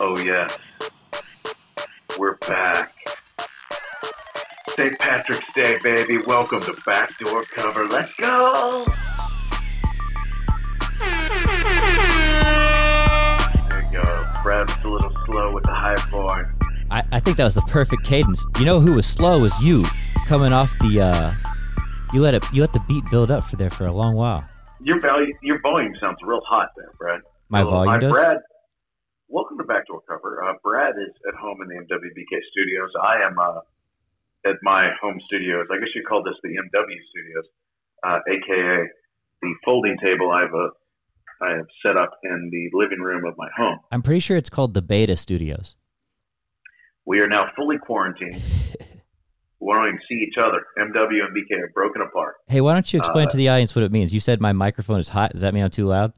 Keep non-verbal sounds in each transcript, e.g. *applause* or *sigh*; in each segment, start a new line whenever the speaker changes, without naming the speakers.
Oh, yes. We're back. St. Patrick's Day, baby. Welcome to Backdoor Cover. Let's go. There you go. Brad's a little slow with the high bar.
I, I think that was the perfect cadence. You know who was slow was you, coming off the. Uh, you let it. You let the beat build up for there for a long while.
Your value, your volume sounds real hot there, Brad.
My
A little
volume
high.
does?
Brad, welcome to Backdoor Cover. Uh, Brad is at home in the MWBK studios. I am uh, at my home studios. I guess you call this the MW studios, uh, aka the folding table I've uh, I have set up in the living room of my home.
I'm pretty sure it's called the Beta Studios.
We are now fully
*laughs*
quarantined. we don't even see each other. MW and BK are broken apart.
Hey, why don't you explain
Uh,
to the audience what it means? You said my microphone is hot. Does that mean I'm too loud?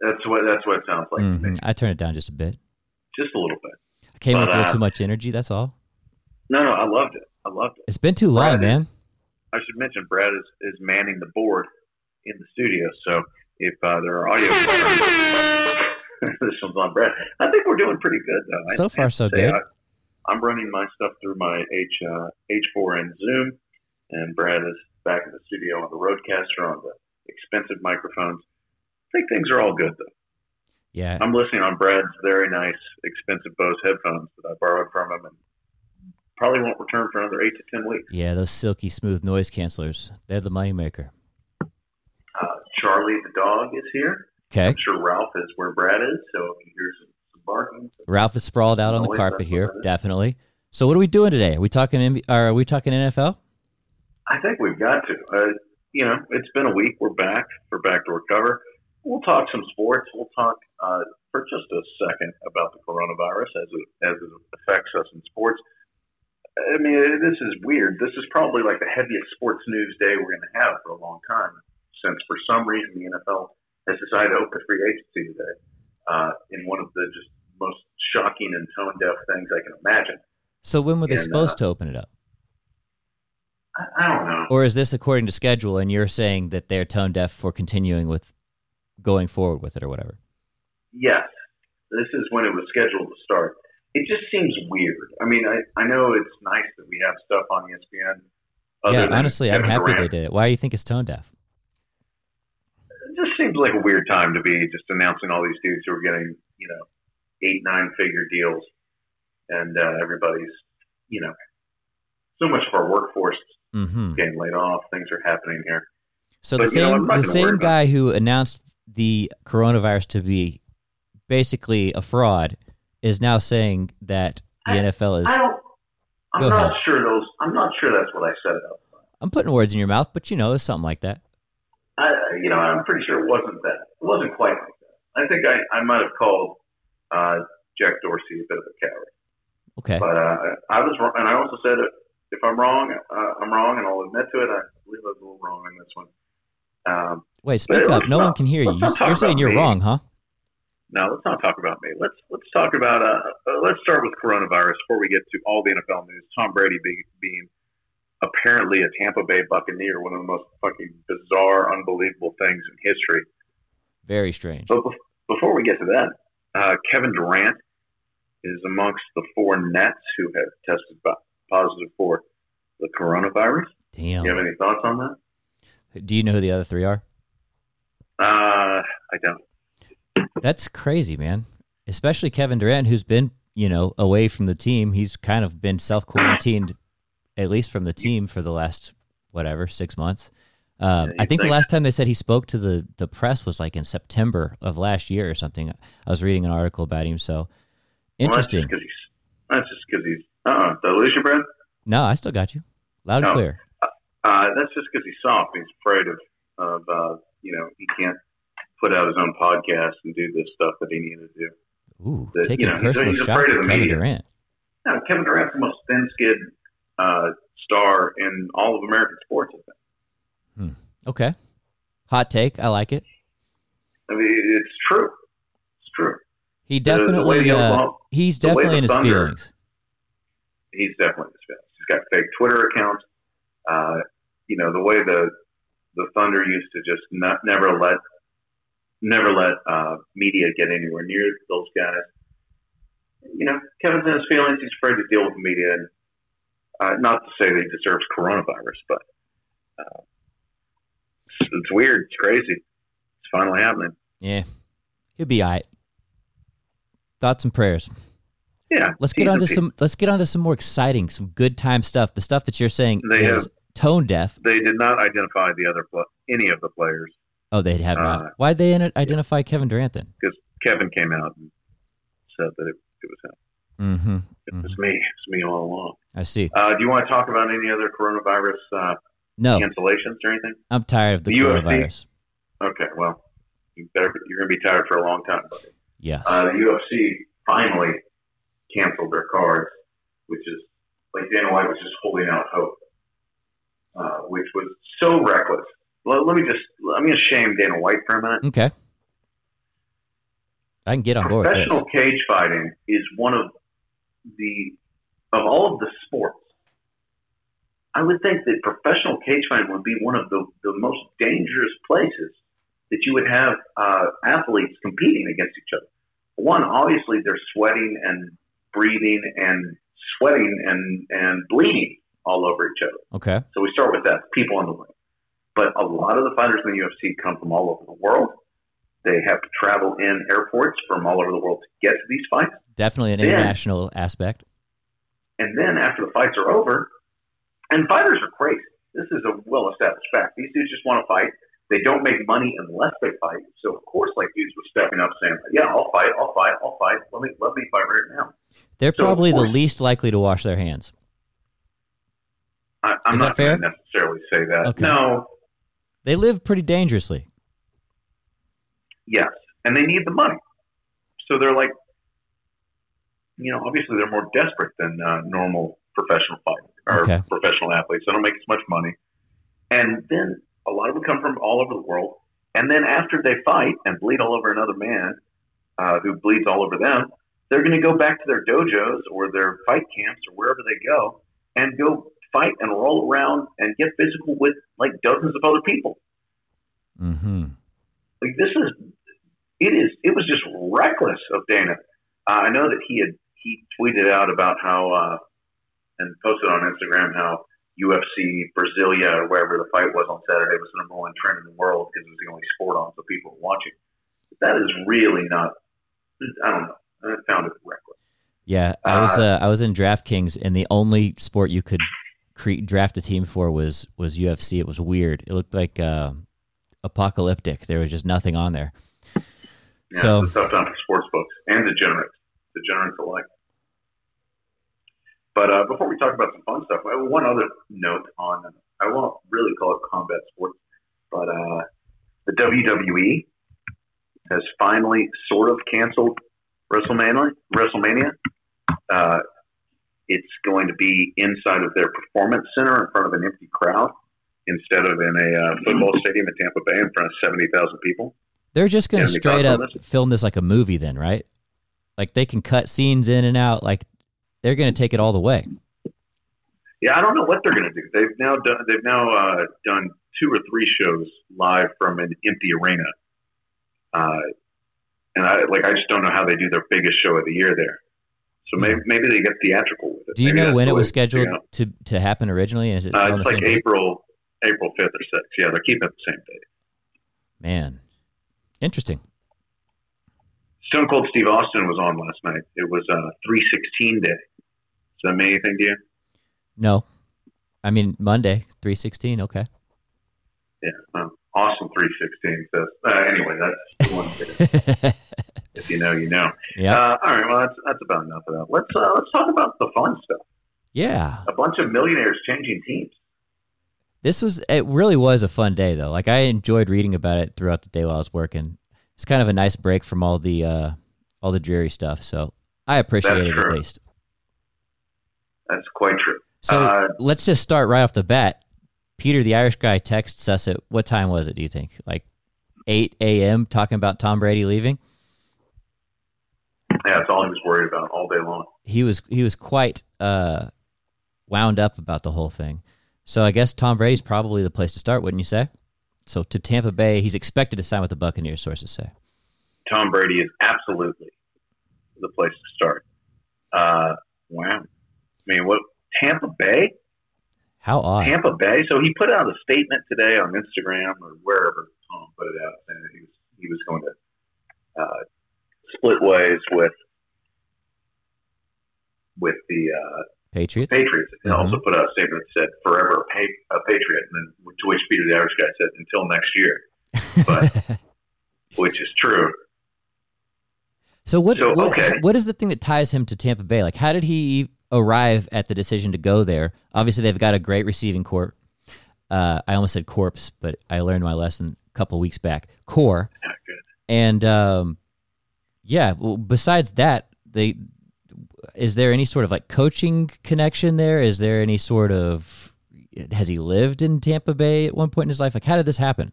That's what that's what it sounds like. to me.
Mhm. I turned it down just a bit.
Just a little bit.
I came
But,
with a little
uh,
too much energy. That's all.
No, no, I loved it. I loved it.
It's been too long,
Brad,
man.
I should mention Brad is, is manning the board in the studio, so if uh, there are audio *laughs* concerns, this one's on Brad. I think we're doing pretty good though. I
So far,
have to
so
say,
good.
I, am running my stuff through my H uh, H4n Zoom, and Brad is back in the studio on the Roadcaster on the expensive microphones. I think things are all good though.
Yeah.
I'm listening on Brad's very nice, expensive Bose headphones that I borrowed from him, and probably won't return for another eight to ten weeks.
Yeah, those silky smooth noise cancelers. They're the moneymaker.
Uh, Charlie the dog is here.
Okay.
I'm sure Ralph is where Brad is, so if you hear some, some barking,
Ralph is sprawled out on the
Always
carpet
that's
here,
what it is.
definitely. So what are we doing today? Are we talking NBA, or are we talking NFL?
I think we've got to. Uh, you know, it's been a week. We're back for backdoor cover. We'll talk some sports. We'll talk uh, for just a second about the coronavirus as it as it affects us in sports. I mean, this is weird. This is probably like the heaviest sports news day we're going to have for a long time, since for some reason the NFL has decided to open free agency today. Uh, in one of the just most shocking and tone deaf things I can imagine.
So when were they
And, uh,
supposed to open it up?
I, I don't know.
Or is this according to schedule and you're saying that they're tone deaf for continuing with going forward with it or whatever?
yes, this is when it was scheduled to start. It just seems weird. I mean, I, I know it's nice that we have stuff on E ESPN. other
yeah,
than
honestly, I'm
Kevin
happy
Durant.
they did it. Why do you think it's tone deaf?
It just seems like a weird time to be just announcing all these dudes who are getting, you know, eight, nine figure deals. And uh, everybody's, you know, so much of our workforce
Mm-hmm.
getting laid off. Things are happening here.
So
But
the
you know what?
same
I'm not
the
gonna worry
same
about
guy who announced the coronavirus to be basically a fraud is now saying that the
I-
NFL is.
I don't. I'm
Go
not
ahead.
sure those. I'm not sure that's what I said about.
I'm putting words in your mouth, but you know, it's something like that.
I, you know, I'm pretty sure it wasn't that. It wasn't quite like that. I think I, I might have called uh, Jack Dorsey a bit of a coward,
Okay.
but uh, I was wrong, and I also said if, if I'm wrong, uh, I'm wrong, and I'll admit to it. I believe I was a little wrong on this one. Um,
Wait, speak
let's
up. No one
not-
can hear you.
let's
You-
not
You're,
talk
saying
about
you're
me.
wrong, huh?
no, let's not talk about me. Let's let's talk about. Uh, uh, let's start with coronavirus before we get to all the NFL news. Tom Brady being, being apparently a Tampa Bay Buccaneer, one of the most fucking bizarre, unbelievable things in history.
Very strange.
But bef- before we get to that, uh, Kevin Durant is amongst the four Nets who have tested po- positive for the coronavirus. Do
Damn.
you have any thoughts on that?
Do you know who the other three are?
Uh, I don't.
That's crazy, man. Especially Kevin Durant, who's been, you know, away from the team. He's kind of been self quarantined, at least from the team, for the last, whatever, six months. Um,
Yeah,
I
you'd
think the
think.
last time they said he spoke to the, the press was like in September of last year or something. I was reading an article about him. So interesting.
Well, that's just because he's. Uh, the illusion, Brad.
no, I still got you. Loud and
No.
clear.
Uh, that's just because he's soft. He's afraid of, of uh, you know, he can't put out his own podcast and do this stuff that he needed to do.
Ooh,
The- you
taking
know, he's-
personal
he's
shots
afraid
at
of the
Kevin
media.
Durant.
No, Kevin Durant's the most thin-skinned uh, star in all of American sports. I think.
Okay. Hot take. I like it.
I mean, it's true. It's true.
He
The- the way
definitely,
the
uh,
Oklahoma-
he's
the way
definitely
the
in his
Thunder-
feelings.
he's definitely in his feelings. He's got fake Twitter accounts. Uh, you know, the way the the Thunder used to just not, never let never let uh, media get anywhere near those guys. you know, Kevin's in his feelings. He's afraid to deal with the media. And, uh, not to say that he deserves coronavirus, but uh, it's, it's weird. It's crazy. It's finally happening.
Yeah, he'll be all right. Thoughts and prayers.
Yeah.
Let's get
he's
on to
a-
some. Let's get on to some more exciting, some good time stuff. The stuff that you're saying
They
is tone deaf.
They did not identify the other pl- any of the players
Oh, they have
Uh,
not. Why'd they in- identify Kevin Durant then?
because Kevin came out and said that it, it was him.
Mm-hmm.
It was me. It's me all along.
I see.
Uh, do you want to talk about any other coronavirus uh,
No,
cancellations or anything?
I'm tired of the,
The UFC?
coronavirus.
Okay, well, you better, you're going to be tired for a long time. Buddy.
Yes.
Uh, the UFC finally canceled their cards, which is, like Dana White was just holding out hope, uh, which was so reckless. Let, let me just, I'm going to shame Dana White for a minute.
okay. I can get on board with this.
professional cage fighting is one of the of all of the sports. I would think that professional cage fighting would be one of the, the most dangerous places that you would have uh, athletes competing against each other. One, obviously, they're sweating and breathing and sweating and, and bleeding all over each other.
Okay.
So we start with that people in the ring. But a lot of the fighters in the UFC come from all over the world. They have to travel in airports from all over the world to get to these fights.
Definitely an
Yeah.
international aspect.
And then after the fights are over, and fighters are crazy. This is a well established fact. These dudes just want to fight. They don't make money unless they fight. So of course, like dudes were stepping up saying, "Yeah, I'll fight. I'll fight. I'll fight. Let me let me fight right now."
They're
So, of
probably the
course-
least likely to wash their hands.
I, I'm
Is that
not going to
fair?
necessarily say that.
Okay.
No,
They live pretty dangerously.
Yes, and they need the money. So they're like, you know, obviously they're more desperate than uh, normal professional fighters or
Okay.
professional athletes. They don't make as much money, and then a lot of them come from all over the world. And then after they fight and bleed all over another man uh, who bleeds all over them, they're going to go back to their dojos or their fight camps or wherever they go and go fight and roll around and get physical with like dozens of other people
Mm-hmm.
like this is it is it was just reckless of Dana. Uh, I know that he had he tweeted out about how uh, and posted on Instagram how UFC Brasilia or wherever the fight was on Saturday was the number one trend in the world because it was the only sport on, so people were watching. But that is really not. I don't know. I found it reckless.
Yeah, I was uh, I was in DraftKings, and the only sport you could create draft a team for was was UFC. It was weird. It looked like uh, apocalyptic. There was just nothing on there.
Yeah,
So-
it's a tough time for sports books and degenerates, degenerates alike. But uh, before we talk about some fun stuff, I have one other note on I won't really call it combat sports, but uh, the WWE has finally sort of canceled WrestleMania. WrestleMania. Uh, it's going to be inside of their performance center in front of an empty crowd instead of in a uh, football stadium in Tampa Bay in front of 70,000 people.
They're just going
Yeah,
to
they
straight
talked
up
about
film this like a movie, then, right? Like they can cut scenes in and out. Like they're going to take it all the way.
Yeah, I don't know what they're going to do. They've now done. They've now uh, done two or three shows live from an empty arena, uh, and I like. I just don't know how they do their biggest show of the year there. So maybe maybe they get theatrical with it.
Hmm. Do you
Maybe
know
that's
when it
the
was
way to figure
scheduled
it out.
to to happen originally? And is it still
Uh,
on the
it's like
same date?
April April fifth or sixth. Yeah, they're keeping it the same date.
Man, interesting.
Stone Cold Steve Austin was on last night. It was uh, three sixteen day. Does that mean anything to you?
No, I mean Monday, three sixteen. Okay. *laughs*
Yeah, um, Austin three sixteen. So uh, anyway, that's one. thing. if you know, you know.
yeah,
Uh, all right. Well, that's, that's about enough of that. Let's uh, let's talk about the fun stuff.
yeah.
A bunch of millionaires changing teams.
This was it really was a fun day though. Like I enjoyed reading about it throughout the day while I was working. It's kind of a nice break from all the uh all the dreary stuff. So I appreciate
That's
it at
true.
least.
That's quite true.
So
Uh,
let's just start right off the bat. Peter the Irish guy texts us at what time was it, do you think? Like eight AM talking about Tom Brady leaving?
Yeah, that's all he was worried about all day long.
He was he was quite uh wound up about the whole thing. So I guess Tom Brady's probably the place to start, wouldn't you say? So to Tampa Bay, he's expected to sign with the Buccaneers, sources say.
Tom Brady is absolutely the place to start. Uh, wow. I mean, what Tampa Bay?
How odd.
Tampa Bay. So he put out a statement today on Instagram or wherever Tom put it out, saying that he was he was going to uh, split ways with with the uh,
Patriots.
Patriots, and
Mhm.
also put out a statement that said "Forever a, pa- a Patriot," and then to which Peter the Average Guy said, "Until next year," which is true.
so what?
So,
what,
okay.
what is the thing that ties him to Tampa Bay? Like, how did he arrive at the decision to go there? Obviously, they've got a great receiving corps. Uh, I almost said corpse, but I learned my lesson a couple weeks back. Core.
Not good.
And um, yeah, well, besides that, they is there any sort of like coaching connection there? Is there any sort of has he lived in Tampa Bay at one point in his life? Like, how did this happen?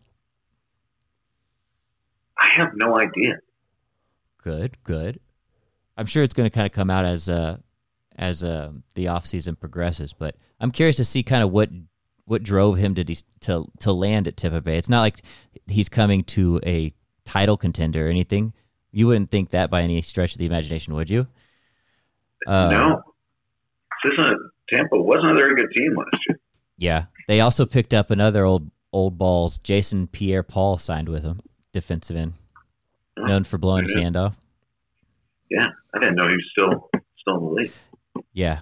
I have no idea.
Good, good. I'm sure it's going to kind of come out as uh, as uh, the off season progresses, but I'm curious to see kind of what what drove him to de- to to land at Tampa Bay. It's not like he's coming to a title contender or anything. You wouldn't think that by any stretch of the imagination, would you? Uh,
no, this isn't Tampa wasn't a very good team last year.
Yeah. They also picked up another old old balls. Jason Pierre Paul signed with him, defensive end,
Yeah,
known for blowing his
Oh, yeah.
hand off.
I didn't know he was still still in the league.
Yeah.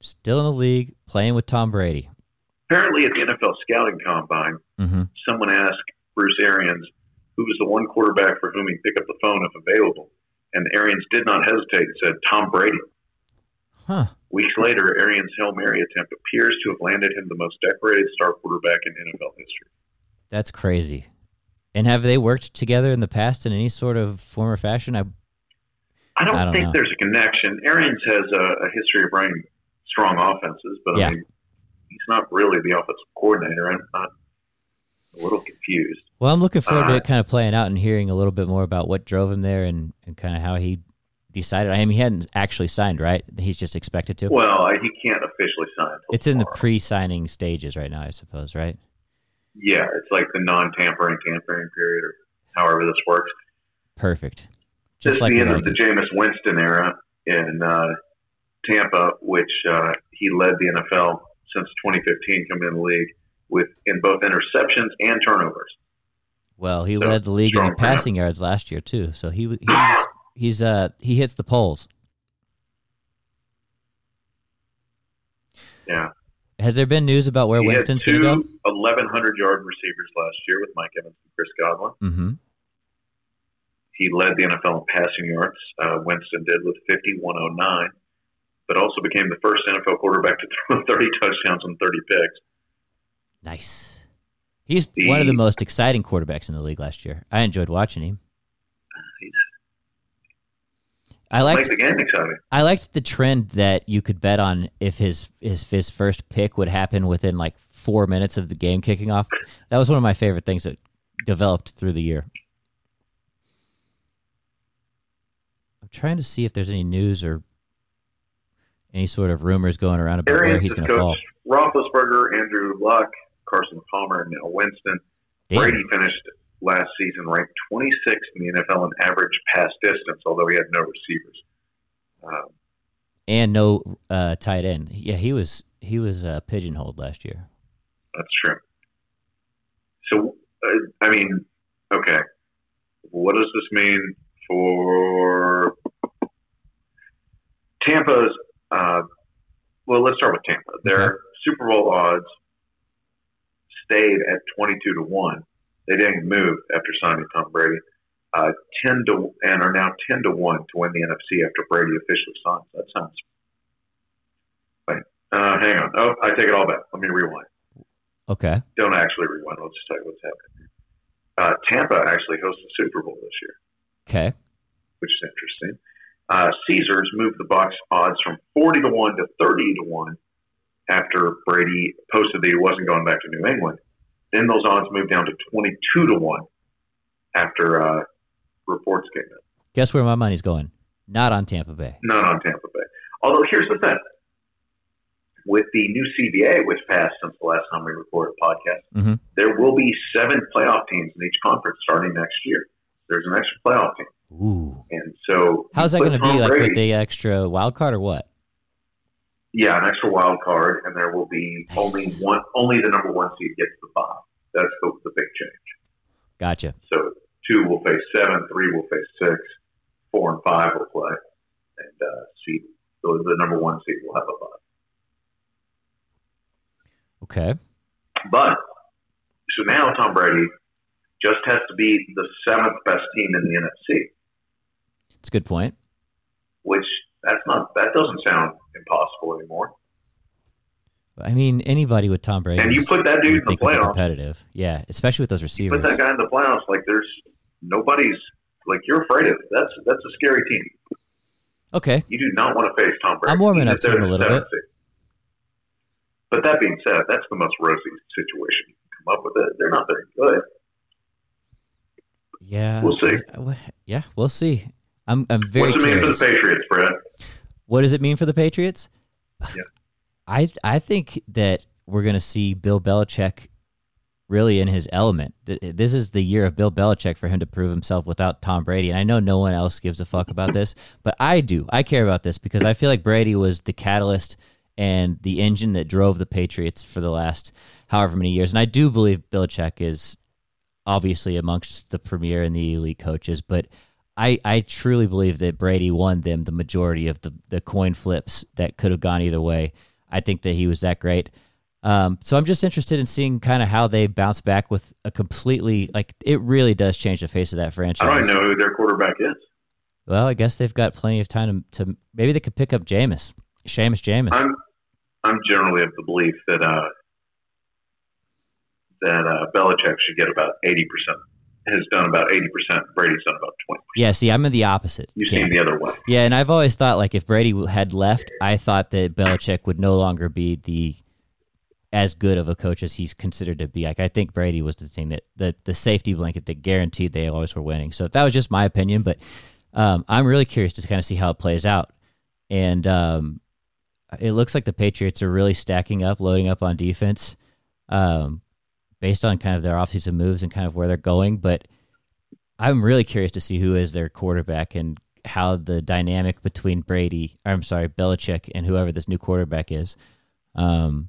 Still in the league, playing with Tom Brady.
Apparently, at the NFL scouting combine,
hmm
someone asked Bruce Arians who was the one quarterback for whom he'd pick up the phone if available, and Arians did not hesitate and said Tom Brady.
Huh.
Weeks later, Arians' Hail Mary attempt appears to have landed him the most decorated star quarterback in NFL history.
That's crazy. And have they worked together in the past in any sort of form or fashion? I
I don't,
I don't
think
know.
there's a connection. Arians has a, a history of running strong offenses, but
Yeah.
I mean, he's not really the offensive coordinator. I'm not a little confused.
well, I'm looking forward to
Uh,
it kind of playing out and hearing a little bit more about what drove him there and, and kind of how he decided. I mean, he hadn't actually signed, right? He's just expected to.
Well, I- he can't officially sign. Until
it's in the
tomorrow.
pre-signing stages right now, I suppose, right?
yeah, it's like the non-tampering tampering period, or however this works.
Perfect.
This
Just
is
like
the
we
end of
argued.
the Jameis Winston era in uh, Tampa, which uh, he led the NFL since 2015, coming in the league with in both interceptions and turnovers.
Well, he
So,
led the league in
strong
the
for him.
passing yards last year too. So he w- he's he's uh he hits the polls.
Yeah.
Has there been news about where
he
Winston's
had two
going to go?
1,100 yard receivers last year with Mike Evans and Chris Godwin.
Mm-hmm.
He led the NFL in passing yards. Uh, Winston did with 5,109, but also became the first NFL quarterback to *laughs* throw 30 touchdowns and 30 picks.
Nice. He's one of the
The-
most exciting quarterbacks in the league last year. I enjoyed watching him.
He's-
I
Makes
liked
the game exciting.
I liked the trend that you could bet on if his his his first pick would happen within like four minutes of the game kicking off. That was one of my favorite things that developed through the year. I'm trying to see if there's any news or any sort of rumors going around about where
Arians
he's
has
going to fall.
coached Roethlisberger, Andrew Luck, Carson Palmer, and now Winston.
Damn.
Brady finished last season ranked 26th in the NFL in average pass distance, although he had no receivers. Um,
and no uh, tight end. Yeah, he was he was uh, pigeonholed last year.
That's true. So, uh, I mean, okay. What does this mean for Tampa's? Uh, well, let's start with Tampa. Their Super Bowl odds stayed at 22 to 1. They didn't move after signing Tom Brady. Uh, 10 to and are now 10 to 1 to win the NFC after Brady officially signs. That sounds right. Uh, hang on. Oh, I take it all back. Let me rewind
Okay,
don't actually rewind. I'll just tell you what's happening. Uh, Tampa actually hosts the Super Bowl this year,
okay,
which is interesting. Uh, Caesars moved the box odds from 40 to 1 to 30 to 1 after Brady posted that he wasn't going back to New England. Then those odds moved down to 22 to 1 after uh, reports came in.
guess where my money's going? Not on Tampa Bay.
Not on Tampa Bay. Although, here's the thing with the new CBA, which passed since the last time we recorded a podcast,
Mhm.
there will be seven playoff teams in each conference starting next year. There's an extra playoff team.
Ooh.
And so,
How's that
put
going to be
Tom
like
Brady-
with the extra wild card or what?
Yeah, an extra wild card, and there will be
Nice.
only one. Only the number one seed gets the bye. That's the, the big change.
Gotcha.
So two will face seven, three will face six, four and five will play, and uh, seed. So the number one seed will have a bye.
Okay.
But so now Tom Brady just has to be the seventh best team in the NFC,
It's a good point.
which that's not that doesn't sound impossible anymore.
I mean, anybody with Tom Brady.
And you
is-
put that
you
dude in the
think would be
playoffs.
competitive. Yeah, especially with those
Put
receivers.
that guy in the playoffs. Like there's nobody's like you're afraid of. That's that's a scary team.
Okay.
You do not want to face Tom Brady.
I'm warming
even
up
if
to
they're
him a
the
little
seventh seed. But that being said, that's the most rosy situation you can come up with. It. They're not very good.
Yeah.
We'll see.
Yeah, we'll see. I'm I'm very
What's it mean for
curious.
the Patriots, Brad?
What does it mean for the Patriots?
Yeah.
*sighs* I I think that we're going to see Bill Belichick really in his element. Th- This is the year of Bill Belichick for him to prove himself without Tom Brady. And I know no one else gives a fuck about this, but I do. I care about this because I feel like Brady was the catalyst and the engine that drove the Patriots for the last however many years. And I do believe Belichick is obviously amongst the premier and the elite coaches, but I, I truly believe that Brady won them the majority of the, the coin flips that could have gone either way. I think that he was that great. Um, so I'm just interested in seeing kind of how they bounce back with a completely like it really does change the face of that franchise.
I don't even know who their quarterback is.
Well, I guess they've got plenty of time to, to maybe they could pick up Jameis, Seamus Jameis.
I'm I'm generally of the belief that uh, that uh, Belichick should get about eighty percent. Has done about eighty percent. Brady's done about twenty.
yeah, see, I'm in the opposite.
You
camp.
seem the other way.
Yeah, and I've always thought like if Brady had left, I thought that Belichick would no longer be the as good of a coach as he's considered to be. Like I think Brady was the thing that the the safety blanket that guaranteed they always were winning. So that was just my opinion, but um, I'm really curious to kind of see how it plays out. And um, it looks like the Patriots are really stacking up, loading up on defense, um, based on kind of their offseason moves and kind of where they're going. But I'm really curious to see who is their quarterback and how the dynamic between Brady, or I'm sorry, Belichick, and whoever this new quarterback is. Um,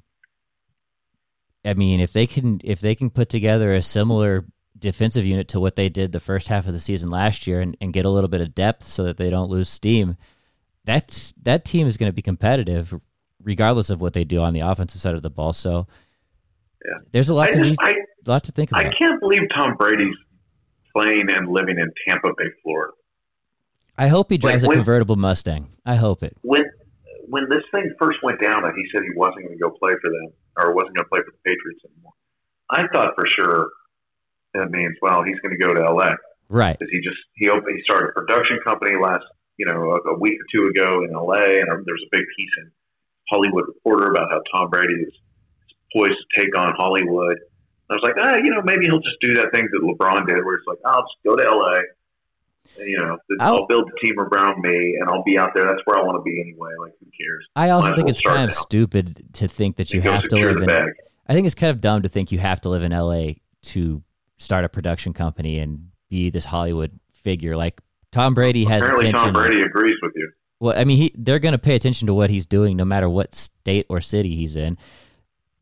I mean, if they can if they can put together a similar defensive unit to what they did the first half of the season last year and, and get a little bit of depth so that they don't lose steam, that's that team is going to be competitive regardless of what they do on the offensive side of the ball. So
Yeah.
there's a lot
I,
to be,
just, I
lot to think
I
about.
can't believe Tom Brady's playing and living in Tampa Bay, Florida.
I, hope he drives
Like,
a
when-
convertible Mustang. I hope it.
When when this thing first went down, that he said he wasn't going to go play for them or wasn't going to play for the Patriots anymore. I thought for sure that means well he's going to go to L.A.
Right.
because he just he opened he started a production company last you know a, a week or two ago in LA, and there was a big piece in Hollywood Reporter about how Tom Brady is poised to take on Hollywood. And I was like, ah, you know, maybe he'll just do that thing that LeBron did, where it's like, I'll just go to LA. And, you know, th-
I'll-
I'll build a team around me, and I'll be out there. That's where I want to be anyway. Like, who cares?
I also
Might as
think
well
it's
start
kind of
now.
stupid to think that you
Go
have to
secure
live
the
in.
bag.
I think it's kind of dumb to think you have to live in LA to start a production company and be this Hollywood figure. Like Tom Brady has
Apparently,
attention.
Tom Brady agrees with you.
Well, I mean, he, they're going to pay attention to what he's doing, no matter what state or city he's in.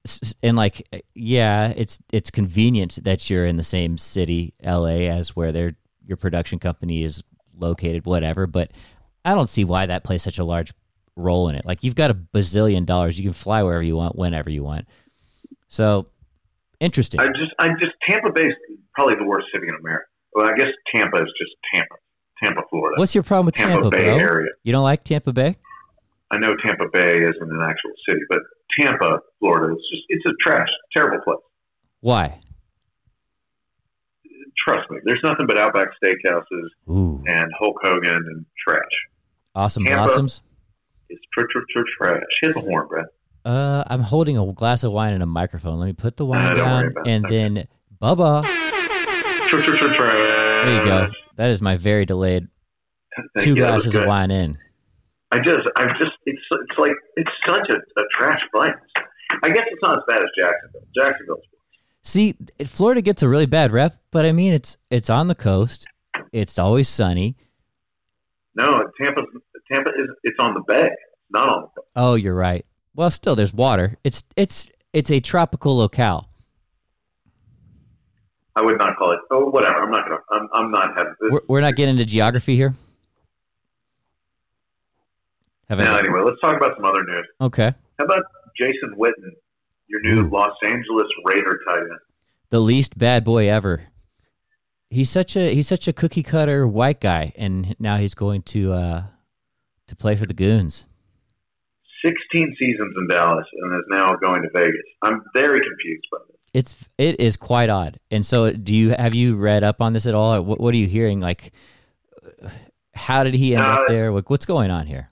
S- s- And like, eh, yeah, it's it's convenient that you're in the same city, L.A., as where their your production company is located, whatever. But I don't see why that plays such a large role in it. Like, you've got a bazillion dollars; you can fly wherever you want, whenever you want. So interesting.
I just, I just Tampa Bay's probably the worst city in America. Well, I guess Tampa is just Tampa, Tampa, Florida.
What's your problem with Tampa,
Tampa, Bay
bro?
area.
You don't like Tampa Bay?
I know Tampa Bay isn't an actual city, but Tampa, Florida, it's just it's a trash, terrible place.
Why?
Trust me, there's nothing but Outback Steakhouses
Ooh,
and Hulk Hogan and trash.
awesome
Tampa-
blossoms.
It's tr- tr- tr- trash. Hit the horn, Brad.
Uh, I'm holding a glass of wine and a microphone. Let me put the wine
don't worry
down
about it.
and
Okay.
then Bubba.
Tr- tr- tr- trash.
There you go. That is my very delayed
Thank
two
you, that was
glasses of
good.
wine in.
I just, I just, it's it's like it's such a, a trash place. I guess it's not as bad as Jacksonville. Jacksonville's
See, Florida gets a really bad rep, but I mean it's it's on the coast. It's always sunny.
No, Tampa. Tampa is it's on the bay, not on the.
Oh, you're right. Well, still there's water. It's it's it's a tropical locale.
I would not call it. Oh, whatever. I'm not gonna. I'm, I'm not having. This.
We're, we're not getting into geography here. Have I-
Now, anyway, let's talk about some other news.
Okay.
How about Jason Witten, your new
Hmm.
Los Angeles Raider tight end?
The least bad boy ever. He's such a he's such a cookie cutter white guy, and now he's going to uh to play for the Goons.
16 seasons in Dallas and is now going to Vegas. I'm very confused by this.
It's it is quite odd. And so, do you have you read up on this at all? Or what what are you hearing? Like, how did he end up
Uh,
there? Like, what's going on here?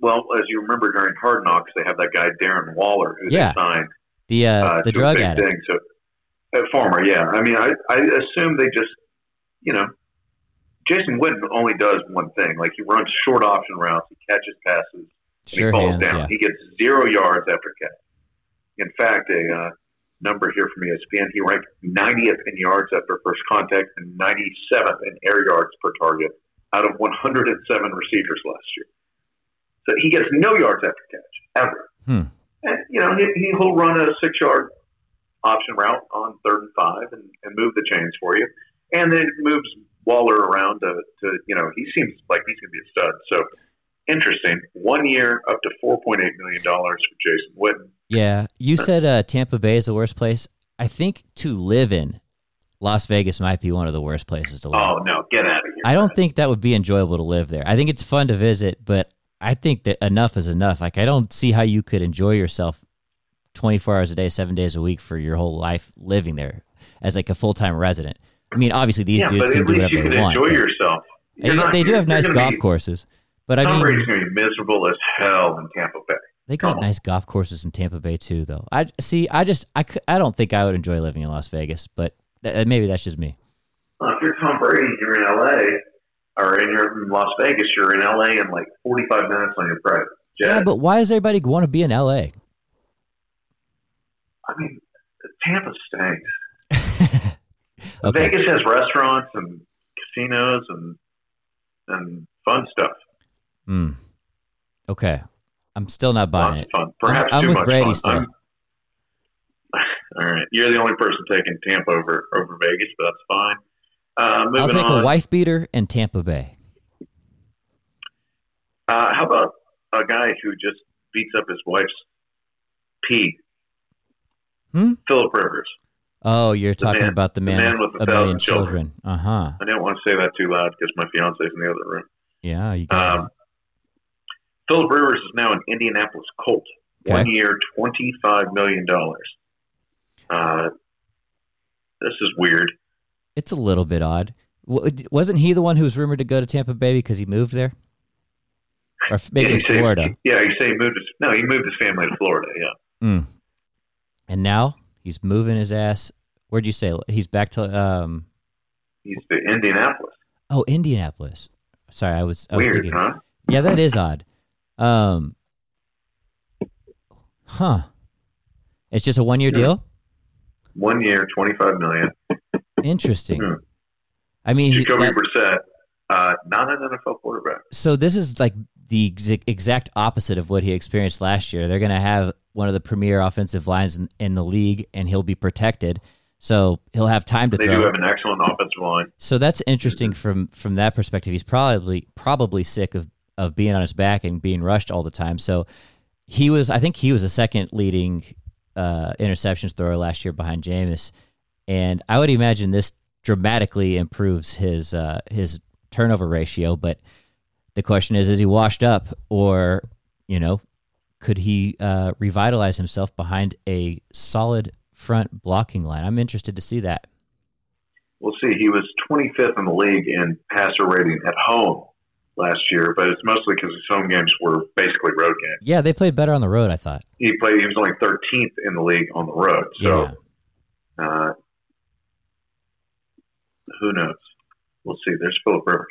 Well, as you remember during Hard Knocks, they have that guy Darren Waller who
Yeah.
they signed
The uh,
uh,
the
to a
drug
big
addict.
Thing, so, uh, former, yeah. I mean, I, I assume they just, you know, Jason Witten only does one thing. Like he runs short option routes, he catches passes, and
Sure
he falls
hands.
down.
Yeah.
He gets zero yards after catch. In fact, a uh, number here from E ESPN, he ranked 90th in yards after first contact and 97th in air yards per target out of 107 receivers last year. So he gets no yards after catch ever.
Hmm.
And you know he, he- he'll run a six-yard option route on third and five and, and move the chains for you, and then it moves Waller around to, to you know he seems like he's going to be a stud. So interesting. One year, up to four point eight million dollars for Jason Witten.
Yeah, you said uh, Tampa Bay is the worst place. I think to live in, Las Vegas might be one of the worst places to live.
Oh no, get out of here!
I don't think that would be enjoyable to live there. I think it's fun to visit, but I think that enough is enough. Like I don't see how you could enjoy yourself 24 hours a day, 7 days a week for your whole life living there as like a full-time resident. I mean, obviously these
yeah,
dudes
but
can
at
do
least you
whatever
can
they want.
enjoy
but-
yourself. You're
And
not-
they do
you're-
have
you're
nice
gonna
golf
be-
courses, but I
Tom
mean
Brady's going to be miserable as hell in Tampa Bay.
they got
Tom.
nice golf courses in Tampa Bay too though. I see I just I, cou- I don't think I would enjoy living in Las Vegas, but th- maybe that's just me.
Well, if you're Tom Brady, and you're in L.A. or in your in Las Vegas, you're in L.A. in like 45 minutes on your private jet.
Yeah, but why does everybody want to be in LA?
I mean, Tampa stinks.
Okay.
Vegas has restaurants and casinos and and fun stuff.
Hmm. Okay. I'm still not buying
Lots
it.
of fun. Perhaps
I'm
too
with
much
Brady
fun.
still.
I'm- *laughs* all right, you're the only person taking Tampa over over Vegas, but that's fine. Uh, moving
I'll take
on.
a wife beater and Tampa Bay.
Uh, how about a guy who just beats up his wife's pee?
Hmm?
Philip Rivers.
Oh, you're talking
man-
about the
the
man,
man
with
with a
a million
thousand children.
children. Uh huh.
I didn't want to say that too loud because my fiance's in the other room.
Yeah, you got
Um, Philip Rivers is now an Indianapolis Colt.
Okay.
One year, $25 million. Uh, this is weird.
it. It's a little bit odd. W- wasn't he the one who was rumored to go to Tampa Bay because he moved there, or f- maybe
Yeah,
it's
you say-
Florida?
Yeah, you say he moved his, no, he moved his family to Florida, yeah.
And now he's moving his ass. Where'd you say he's back to? Um,
He's to Indianapolis.
oh, Indianapolis. Sorry, I was I was
Weird,
thinking.
huh?
Yeah, that is odd. Um, huh? It's just a one year
Yeah.
deal.
One year, $25 million.
Interesting.
Hmm.
I mean, he-
Jacoby
that-
Brissett, uh, not an NFL quarterback.
so this is like the ex- exact opposite of what he experienced last year. They're going to have one of the premier offensive lines in, in the league, and he'll be protected, so he'll have time to
They
throw.
do have an excellent offensive line.
so that's interesting from from that perspective. He's probably probably sick of of being on his back and being rushed all the time. So he was, I think, he was the second leading uh, interceptions thrower last year behind Jameis, and I would imagine this dramatically improves his uh, his turnover ratio. But the question is, is he washed up, or you know, could he uh, revitalize himself behind a solid front blocking line? I'm interested to see that.
We'll see. He was 25th in the league in passer rating at home last year, but it's mostly because his home games were basically road games.
Yeah, they played better on the road. I thought.
He played. He was only 13th in the league on the road. So
yeah.
uh, who knows? We'll see. There's Philip Rivers.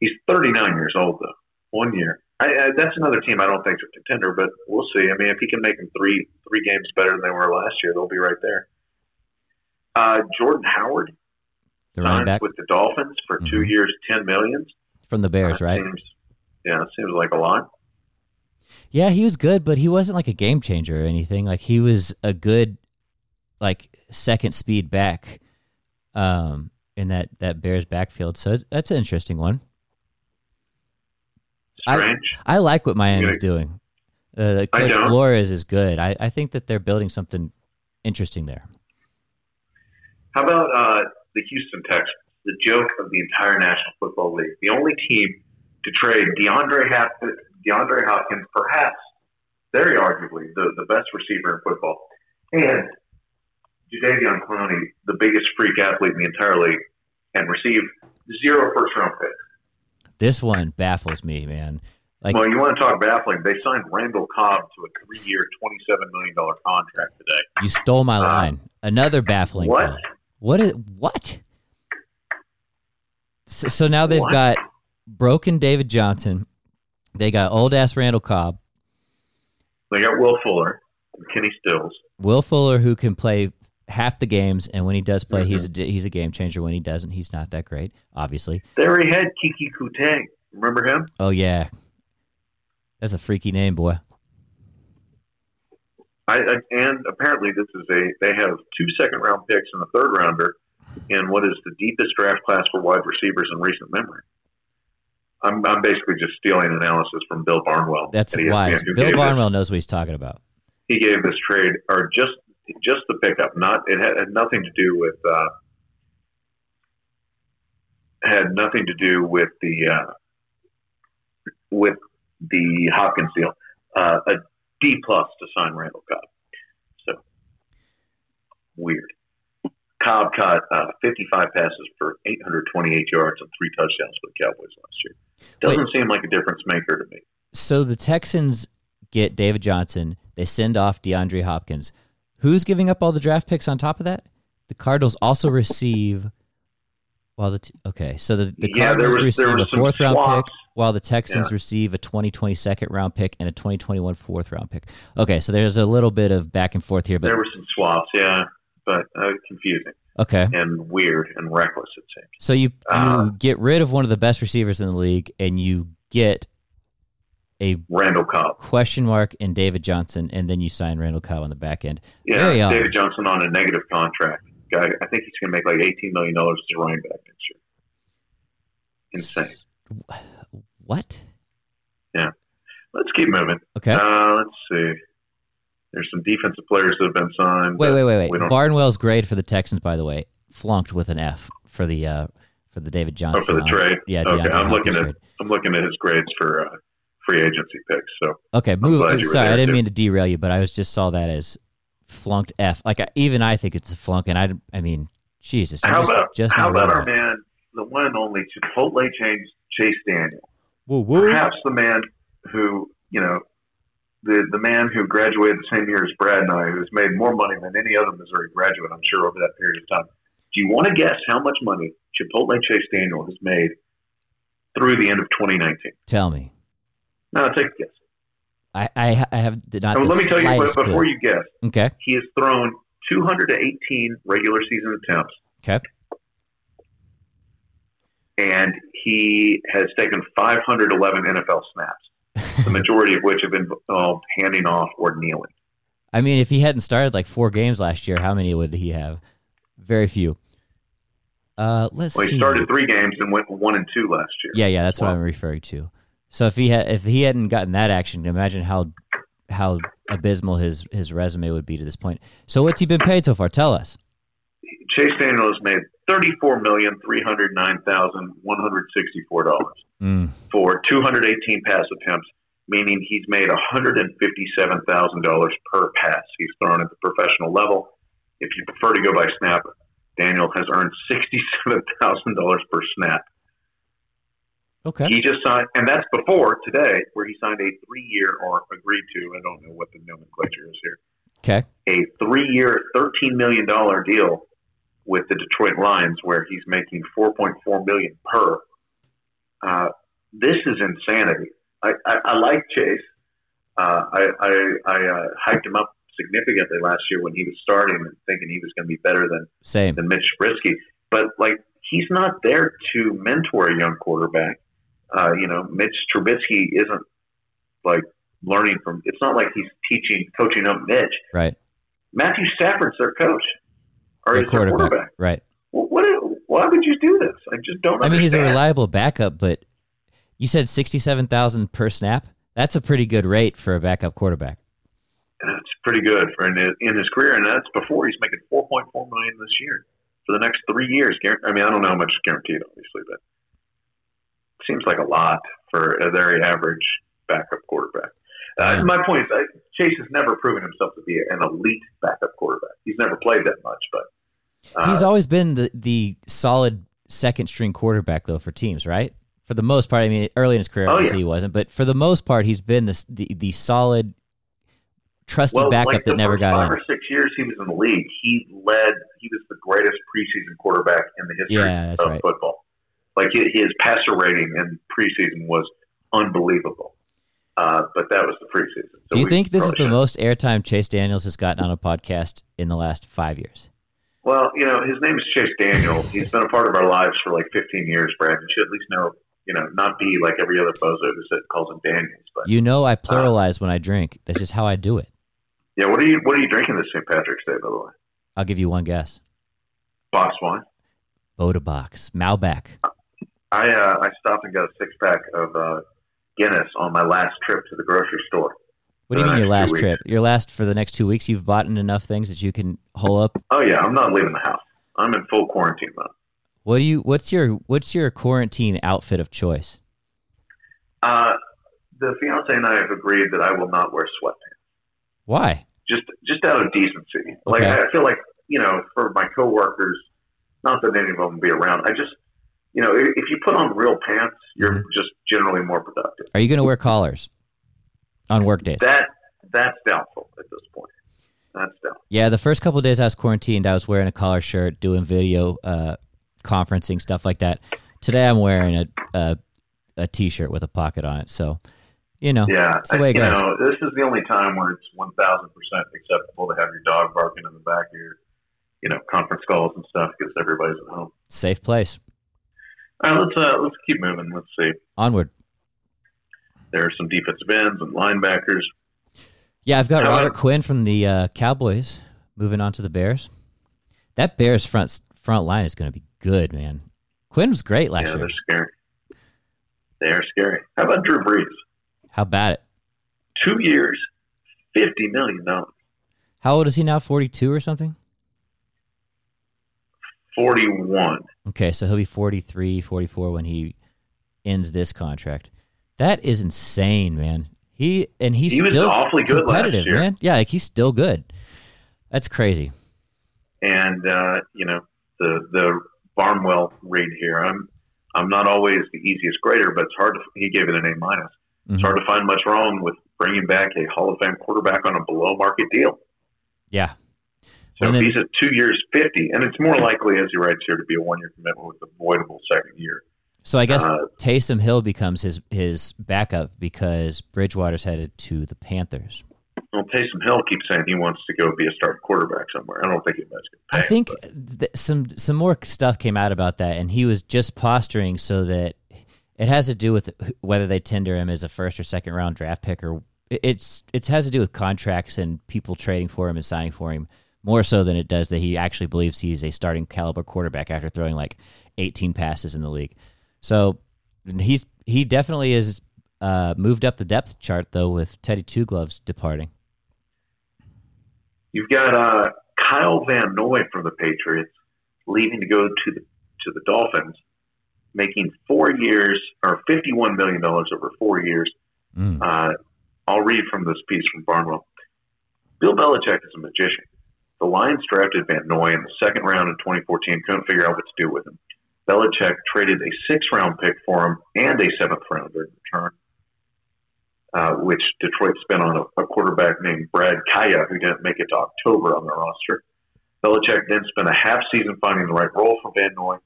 He's 39 years old though. One year. I, I, that's another team I don't think's a contender, but we'll see. I mean, if he can make them three three games better than they were last year, they'll be right there. Uh, Jordan Howard
the running
signed
back.
with the Dolphins for two
Mhm.
years, ten millions.
from the Bears,
That
right?
Seems, yeah, it seems like a lot.
Yeah, he was good, but he wasn't like a game changer or anything. Like he was a good like second speed back um in that that Bears backfield. So it's, that's an interesting one. I-
Strange.
I like what Miami's doing. Uh,
I
Coach
don't.
Flores is good. I, I think that they're building something interesting there.
How about uh, the Houston Texans? The joke of the entire National Football League, the only team to trade DeAndre Hopkins, DeAndre Hopkins, perhaps very arguably the, the best receiver in football, and Jadavion Clowney, the biggest freak athlete in the entire league, and receive zero first round picks.
This one baffles me, man. Like-
well, you want to talk baffling? They signed Randall Cobb to a three year, twenty seven million dollar contract today.
You stole my
Uh,
line. Another baffling.
what?
call. What is what? So, so now they've
What?
got broken David Johnson. They got old ass Randall Cobb,
They got Will Fuller, and Kenny Stills.
Will Fuller, who can play half the games, and when he does play, he's a di- he's a game changer. When he doesn't, he's not that great, obviously.
They already had Kiki Kute. Remember him?
Oh yeah, that's a freaky name, boy.
I, I and apparently this is a they have two second round picks and a third rounder in what is the deepest draft class for wide receivers in recent memory. I'm, I'm basically just stealing analysis from Bill Barnwell.
That's
at E ESPN,
wise.
who
Bill
gave this-
Barnwell knows what he's talking about.
he gave this trade or just just the pickup not it had, had nothing to do with uh, had nothing to do with the uh, with the Hopkins deal uh, a D plus to sign Randall Cobb so weird Cobb caught uh, 55 passes for 828 yards and three touchdowns for the Cowboys last year doesn't seem like a difference maker to me
So the Texans get David Johnson. They send off DeAndre Hopkins. Who's giving up all the draft picks on top of that? The Cardinals also receive. While the t- okay, so the, the
Yeah, there
Cardinals
was- there
receive a
was some
fourth round
swaps.
pick, while the Texans receive a 2020 second round pick and a 2021 fourth round pick. Okay, so there's a little bit of back and forth here, but
there were some swaps yeah but uh, confusing
okay.
and weird and reckless. It seems.
So you you
Uh,
get rid of one of the best receivers in the league, and you get a
Randall Cobb,
question mark in David Johnson, and then you sign Randall Cobb on the back end.
yeah,
Very odd.
David Johnson on a negative contract. Guy, I think he's going to make like eighteen million dollars as a running back next year. Insane.
What?
Let's keep moving.
Okay.
Uh, let's see. There's some defensive players that have been signed.
wait,
but
wait, wait,
We
wait.
don't.
Barnwell's grade for the Texans, by the way, flunked with an F for the uh, for the David Johnson.
oh, for the
on-
trade.
Yeah.
Okay,
DeAndre
I'm looking
Hopkins
at-
trade.
I'm looking at his grades for uh, free agency picks. So
Okay,
glad
move.
you were
Sorry, I
there,
didn't
too.
mean to derail you, but I was just saw that as flunked F. Like I, even I think it's a flunk, and I, I mean, Jesus. you
how
just,
about
just
how
now
about
read
our
that.
man, the one and only Chipotle Chase, Chase Daniel?
Whoa, whoa.
perhaps the man who you know the the man who graduated the same year as Brad and I, who's made more money than any other Missouri graduate, I'm sure, over that period of time. Do you want to guess how much money Chipotle Chase Daniel has made through the end of 2019?
Tell me.
No, take a guess.
I, I, I have did not.
And
the
let me tell you,
slightest
but before
clue.
you guess,
Okay.
he has thrown 218 regular season attempts.
Okay.
and he has taken 511 NFL snaps, the majority of which have involved handing off or kneeling.
I mean, if he hadn't started like four games last year, how many would he have? Very few. Uh, let's
Well,
see.
he started three games and went one and two last year.
yeah, yeah, that's what
Wow.
I'm referring to. So if he had if he hadn't gotten that action, imagine how how abysmal his his resume would be to this point. So what's he been paid so far? Tell us.
Chase Daniel has made thirty-four million three hundred nine thousand one hundred sixty-four dollars
Mm,
for 218 pass attempts, meaning he's made $157,000 per pass he's thrown at the professional level. If you prefer to go by snap, Daniel has earned $67,000 per snap.
okay.
He just signed, and that's before today, where he signed a three-year or agreed to. I don't know what the nomenclature is here.
Okay.
A three-year, thirteen million dollar deal with the Detroit Lions, where he's making four point four million per. Uh, this is insanity. I, I, I like Chase. Uh, I I, I uh, hyped him up significantly last year when he was starting, and thinking he was going to be better than
Same.
than Mitch Trubisky. But like, he's not there to mentor a young quarterback. Uh, you know, Mitch Trubisky isn't like learning from. It's not like he's teaching, coaching up Mitch.
Right.
Matthew Stafford's their coach, or
Their
is their quarterback.
Right.
Well, what? Why would you do this? I just don't.
I mean, he's a
understand.
reliable backup, but you said sixty-seven thousand per snap. That's a pretty good rate for a backup quarterback.
That's pretty good for in his, in his career, and that's before he's making four point four million this year for the next three years. guar- I mean, I don't know how much is guaranteed, obviously, but it seems like a lot for a very average backup quarterback. Uh,
Yeah.
My point is, I, Chase has never proven himself to be an elite backup quarterback. He's never played that much, but uh,
he's always been the the solid second-string quarterback though for teams, right? For the most part, I mean, early in his career,
Oh,
obviously he wasn't, but for the most part, he's been this, the the solid, trusted
well,
backup
like
that
the
never
first
got
five
in.
or six years he was in the league, he led. He was the greatest preseason quarterback in the history
Yeah, that's
of
right.
football. Like hi- his passer rating in preseason was unbelievable. Uh, but that was the preseason. So
Do you
we
think this is the
probably
most airtime Chase Daniels has gotten on a podcast in the last five years?
shouldn't- Well, you know, his name is Chase
*laughs*
Daniel. He's been a part of our lives for like 15 years, Brad. You should at least know, you know, not be like every other bozo who said, calls him Daniels. But
You know, I pluralize when I drink. That's just how I do it.
yeah, what are you what are you drinking this St. Patrick's Day, by the way?
I'll give you one guess.
Box wine.
Boda box, Malbec.
I uh, I stopped and got a six pack of uh, Guinness on my last trip to the grocery store.
What do you
Uh,
mean your
two
last
weeks.
trip? Your last for the next two weeks, you've bought in enough things that you can hole up.
Oh yeah, I'm not leaving the house. I'm in full quarantine mode.
What do you? What's your? What's your quarantine outfit of choice?
Uh, the fiance and I have agreed that I will not wear sweatpants
Why?
just just out of decency. Like
Okay.
I feel like you know for my coworkers, not that any of them will be around. I just you know if, if you put on real pants, you're
Mhm.
just generally more productive.
Are you going to wear collars on work days?
That that's doubtful at this point. That's doubtful.
Yeah, the first couple of days I was quarantined, I was wearing a collar shirt, doing video uh, conferencing stuff like that. Today I'm wearing a a, a t-shirt with a pocket on it, so you know.
Yeah,
It's the way it
you
goes.
know, this is the only time where it's one thousand percent acceptable to have your dog barking in the back of your, you know, conference calls and stuff because everybody's at home.
Safe place.
All right, let's uh, let's keep moving. Let's see.
Onward.
There are some defensive ends and linebackers.
Yeah, I've got
How about-
Robert Quinn from the uh, Cowboys moving on to the Bears. That Bears front front line is going to be good, man. Quinn was great last
yeah,
year.
they're scary. They are scary. How about Drew Brees?
How about it?
Two years, fifty million dollars,
How old is he now? Forty two or something?
forty-one.
Okay, so he'll be 43, 44 when he ends this contract. That is insane, man. He and he's
he was
still
awfully good last
competitive,
year,
man. Yeah, like he's still good. That's crazy.
and uh, you know the the Barnwell read here. I'm I'm not always the easiest grader, but it's hard. To, he gave it an A minus.
Mhm.
It's hard to find much wrong with bringing back a Hall of Fame quarterback on a below market deal.
Yeah.
So
And
if
then-
he's at two years fifty, and it's more likely, as he writes here, to be a one year commitment with avoidable second year.
So I guess
Uh,
Taysom Hill becomes his his backup because Bridgewater's headed to the Panthers.
Well, Taysom Hill keeps saying he wants to go be a starting quarterback somewhere. I don't think anybody's
I
going to pay.
think th- some some more stuff came out about that, and he was just posturing so that it has to do with wh- whether they tender him as a first or second round draft pick, or it- it's it has to do with contracts and people trading for him and signing for him more so than it does that he actually believes he's a starting caliber quarterback after throwing like 18 passes in the league. So and he's he definitely is uh, moved up the depth chart though with Teddy Two Gloves departing.
You've got uh, Kyle Van Noy from the Patriots leaving to go to the to the Dolphins, making four years or fifty one million dollars over four years.
Mm.
Uh, I'll read from this piece from Barnwell. Bill Belichick is a magician. The Lions drafted Van Noy in the second round in 2014, couldn't figure out what to do with him. Belichick traded a six round pick for him and a seventh rounder in return, uh, which Detroit spent on a, a quarterback named Brad Kaya, who didn't make it to October on their roster. Belichick then spent a half season finding the right role for Van Noy,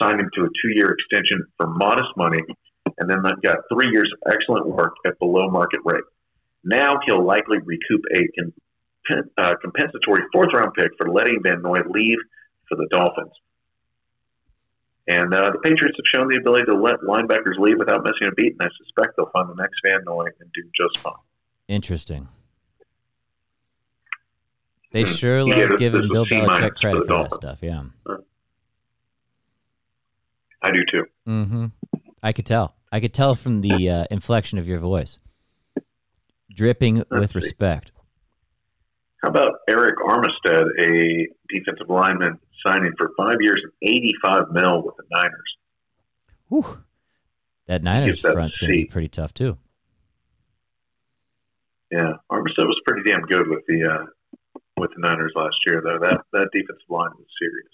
signed him to a two year extension for modest money, and then they've got three years of excellent work at below market rate. Now he'll likely recoup a compen- uh, compensatory fourth round pick for letting Van Noy leave for the Dolphins. And uh, the Patriots have shown the ability to let linebackers lead without missing a beat, and I suspect they'll find the next Van Noy and do just fine.
Interesting. They
Hmm.
sure
Yeah,
love
this-
giving
this
Bill
was C minus
Belichick
for
credit
the
for that
Dolphins.
stuff. Yeah.
I do too.
Mm-hmm. I could tell. I could tell from the uh, inflection of your voice, dripping with
see.
respect.
How about Eric Armistead, a defensive lineman, signing for five years and 85 mil with the Niners?
Whew. That Niners
Gives that
front's going to be
seat.
pretty tough too.
Yeah, Armistead was pretty damn good with the uh, with the Niners last year, though. That that defensive line was serious.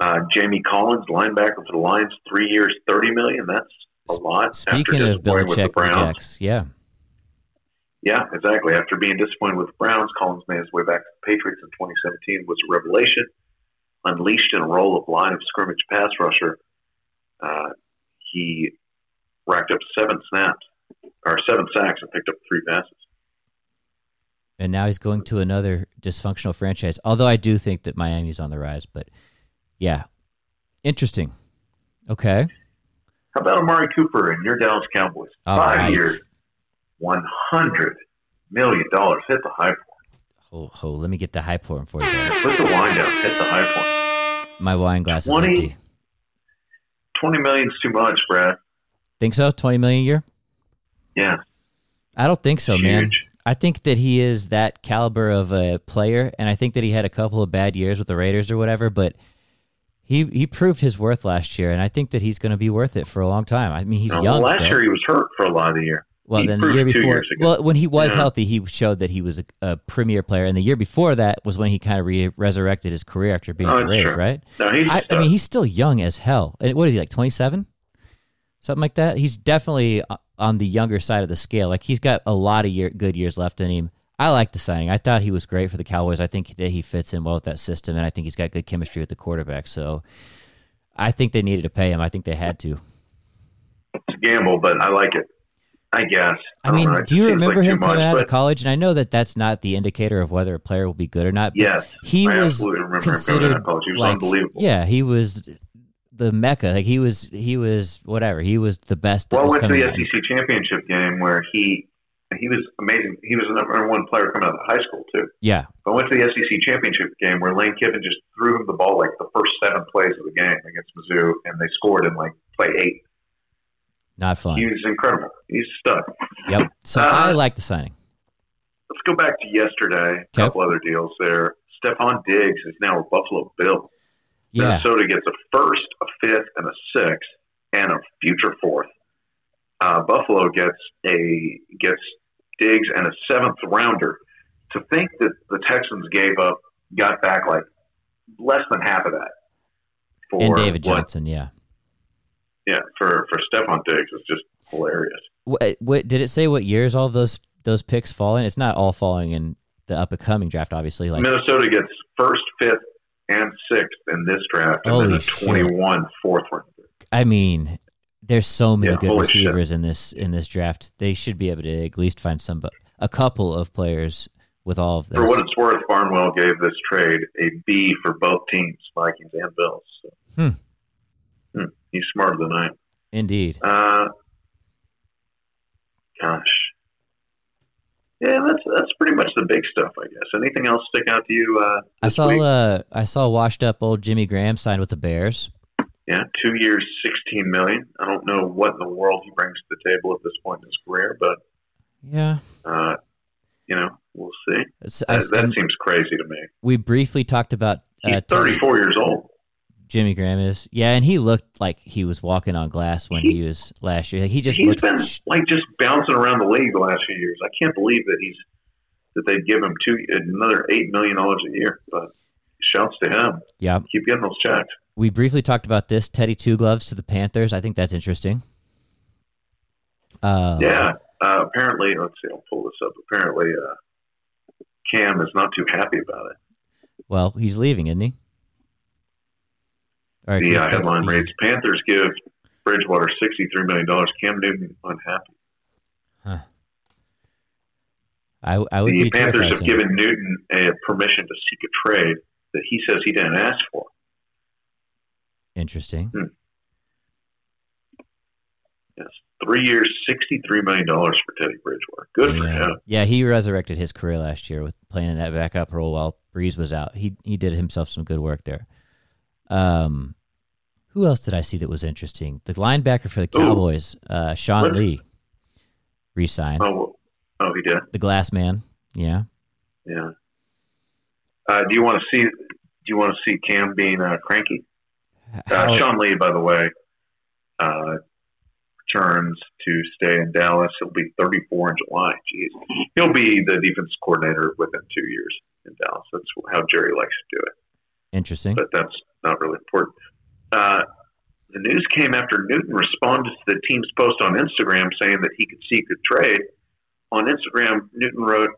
Uh, Jamie Collins, linebacker for the Lions, three years, thirty million. That's a lot.
Speaking
after
of
disappointing with the
Belichick
Browns,
rejects, yeah,
yeah, exactly. After being disappointed with the Browns, Collins made his way back to the Patriots in 2017. Was a revelation. Unleashed in a role of line of scrimmage pass rusher, uh, he racked up seven snaps or seven sacks and picked up three passes.
and now he's going to another dysfunctional franchise. Although I do think that Miami's on the rise, but yeah, interesting. Okay,
How about Amari Cooper and your Dallas Cowboys?
All
Five
right.
years, one hundred million dollars. Hit the high point.
ho, ho, let me get the high point for you.
Put the wine down. Hit the high point.
My wine glass is
20?
empty.
Twenty million's too much, Brad.
Think so? Twenty million a year?
Yeah,
I don't think so, man.
Huge.
I think that he is that caliber of a player, and I think that he had a couple of bad years with the Raiders or whatever, but he he proved his worth last year, and I think that he's going to be worth it for a long time. I mean, he's
Now,
young.
last
still.
year he was hurt for a lot of the year.
well,
he
then the
proved
year
two
before,
years ago.
well, when he was
Yeah.
healthy, he showed that he was a, a premier player, and the year before that was when he kind of re- resurrected his career after being
Oh,
raised,
sure.
right?
No, uh, he's
I, I mean, he's still young as hell. And What is he like, twenty seven, something like that? He's definitely o- on the younger side of the scale. Like he's got a lot of year, good years left in him. I like the signing. I thought he was great for the Cowboys. I think that he fits in well with that system, and I think he's got good chemistry with the quarterback. So, I think they needed to pay him. I think they had to.
it's a gamble, but I like it. I guess.
I
don't
mean,
know. It
do you
seems
remember
like
him
too much,
coming out
but
of college? And I know that that's not the indicator of whether a player will be good or not. But
Yes,
he
I
was
absolutely remember him coming out
considered
of college. He was
like,
unbelievable.
Yeah, he was the mecca. Like he was, he was whatever. He was the best. That
Well, I
was
went to the
coming out.
SEC championship game where he he was amazing. He was the number one player coming out of high school too.
Yeah,
I went to the SEC championship game where Lane Kiffin just threw him the ball like the first seven plays of the game against Mizzou, and they scored in like play eight.
not fun.
He was incredible. He's stuck.
yep. So
Uh,
I like the signing.
Let's go back to yesterday. A couple other deals there. Stephon Diggs is now a Buffalo Bill.
Yeah,
Minnesota gets a first, a fifth, and a sixth, and a future fourth. Uh, Buffalo gets a gets Diggs and a seventh rounder. To think that the Texans gave up, got back like less than half of that. For
and David
what-
Johnson. Yeah.
yeah, for for Stephon Diggs is just hilarious.
What, what did it say? What years all those those picks fall in? It's not all falling in the up and coming draft, obviously. Like
Minnesota gets first, fifth, and sixth in this draft, and then
Holy
a
shit.
21 fourth rounder.
I mean, there's so many
Yeah,
good
holy shit.
receivers in this in this draft. They should be able to at least find some, a couple of players with all of this.
For what it's worth, Barnwell gave this trade a B for both teams, Vikings and Bills. So.
Hmm.
Hmm, He's smarter than I am.
Indeed,
Uh, gosh. Yeah, that's that's pretty much the big stuff, I guess. Anything else stick out to you? Uh,
I
this
saw
week?
uh, I saw washed up old Jimmy Graham signed with the Bears.
yeah, two years, sixteen million. I don't know what in the world he brings to the table at this point in his career, but
Yeah,
uh, you know, we'll see.
It's- I-
That, that
and
seems crazy to me.
we briefly talked about
He's
uh, Tony-
thirty-four years old.
Jimmy Graham is. Yeah, and he looked like he was walking on glass when he,
He-
was last year. Like, he just
he's
looked.
been like just bouncing around the league the last few years. I can't believe that he's that they give him two another eight million dollars a year. But shouts to him.
yeah,
Keep getting those checks.
we briefly talked about this Teddy Two Gloves to the Panthers. I think that's interesting. Uh,
Yeah. Uh, apparently, let's see. I'll pull this up. Apparently, uh, Cam is not too happy about it.
Well, he's leaving, isn't he? All right,
The
Chris,
uh,
that's
headline
the-
reads: Panthers give Bridgewater sixty-three million dollars. Cam Newton unhappy.
I, I would
The
be
Panthers
terrified.
have given Newton a permission to seek a trade that he says he didn't ask for.
Interesting.
Hmm. Yes. Three years, $63 million for Teddy Bridgewater. Good for
yeah.
him.
Yeah, he resurrected his career last year with playing in that backup role while Breeze was out. He he did himself some good work there. Um, who else did I see that was interesting? The linebacker for the
Ooh.
Cowboys, uh, Sean
What?
Lee, re-signed.
Oh, well- oh, he did.
The Glass Man. Yeah.
Yeah. Uh, do you want to see? Do you want to see Cam being uh, cranky? Uh,
How-
Sean Lee, by the way, uh, returns to stay in Dallas. He'll be 34 in July. Jeez, he'll be the defense coordinator within two years in Dallas. That's how Jerry likes to do it.
Interesting.
But that's not really important. Uh, the news came after Newton responded to the team's post on Instagram saying that he could seek a trade. On Instagram, Newton wrote,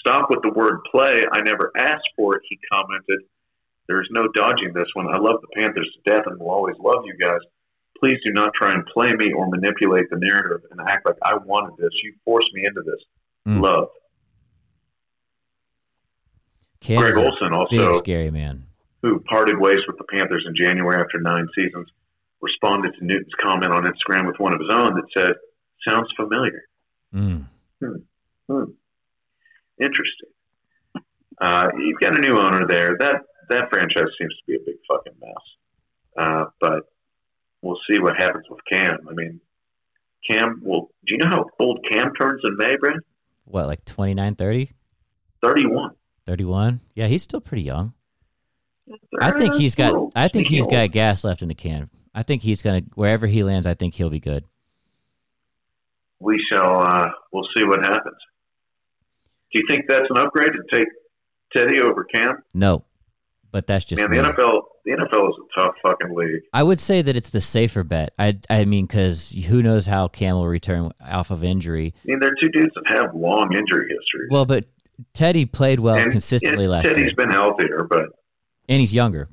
Stop with the word play. I never asked for it, he commented. There's no dodging this one. I love the Panthers to death and will always love you guys. Please do not try and play me or manipulate the narrative and act like I wanted this. You forced me into this.
Mm.
Love.
Cam
Greg
is a
Olson
big,
also
scary man.
who parted ways with the Panthers in January after nine seasons, responded to Newton's comment on Instagram with one of his own that said, Sounds familiar. Hmm.
Mm.
Interesting. Uh, you've got a new owner there. That that franchise seems to be a big fucking mess. Uh, but we'll see what happens with Cam. I mean, Cam will. Do you know how old Cam turns in May, Brad?
What, like 29, 30,
31.
31? Yeah, he's still pretty young. I think he's got. I think he's got gas left in the can. I think he's gonna wherever he lands. I think he'll be good.
we shall uh, we'll see what happens. Do you think that's an upgrade to take Teddy over Cam?
No, but that's just.
Man, the
me.
NFL the NFL is a tough fucking league.
I would say that it's the safer bet. I I mean, because who knows how Cam will return off of injury.
I mean, they're two dudes that have long injury histories.
Well, but Teddy played well
and,
consistently
and
last year,
Teddy's been healthier, but
and he's younger.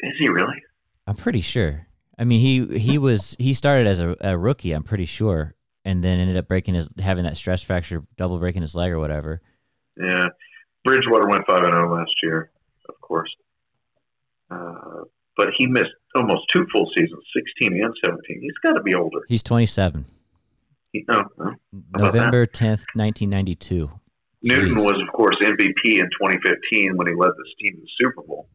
is he really?
I'm pretty sure. I mean, he he was he started as a, a rookie. I'm pretty sure, and then ended up breaking his having that stress fracture, double breaking his leg or whatever.
Yeah. Bridgewater went five and zero last year, of course. Uh, but he missed almost two full seasons, sixteen and seventeen. He's got to be older.
He's 27,
He, no, no. about that?
November 10th, 1992.
Newton
Jeez.
was, of course, MVP in 2015 when he led this team to the Super Bowl.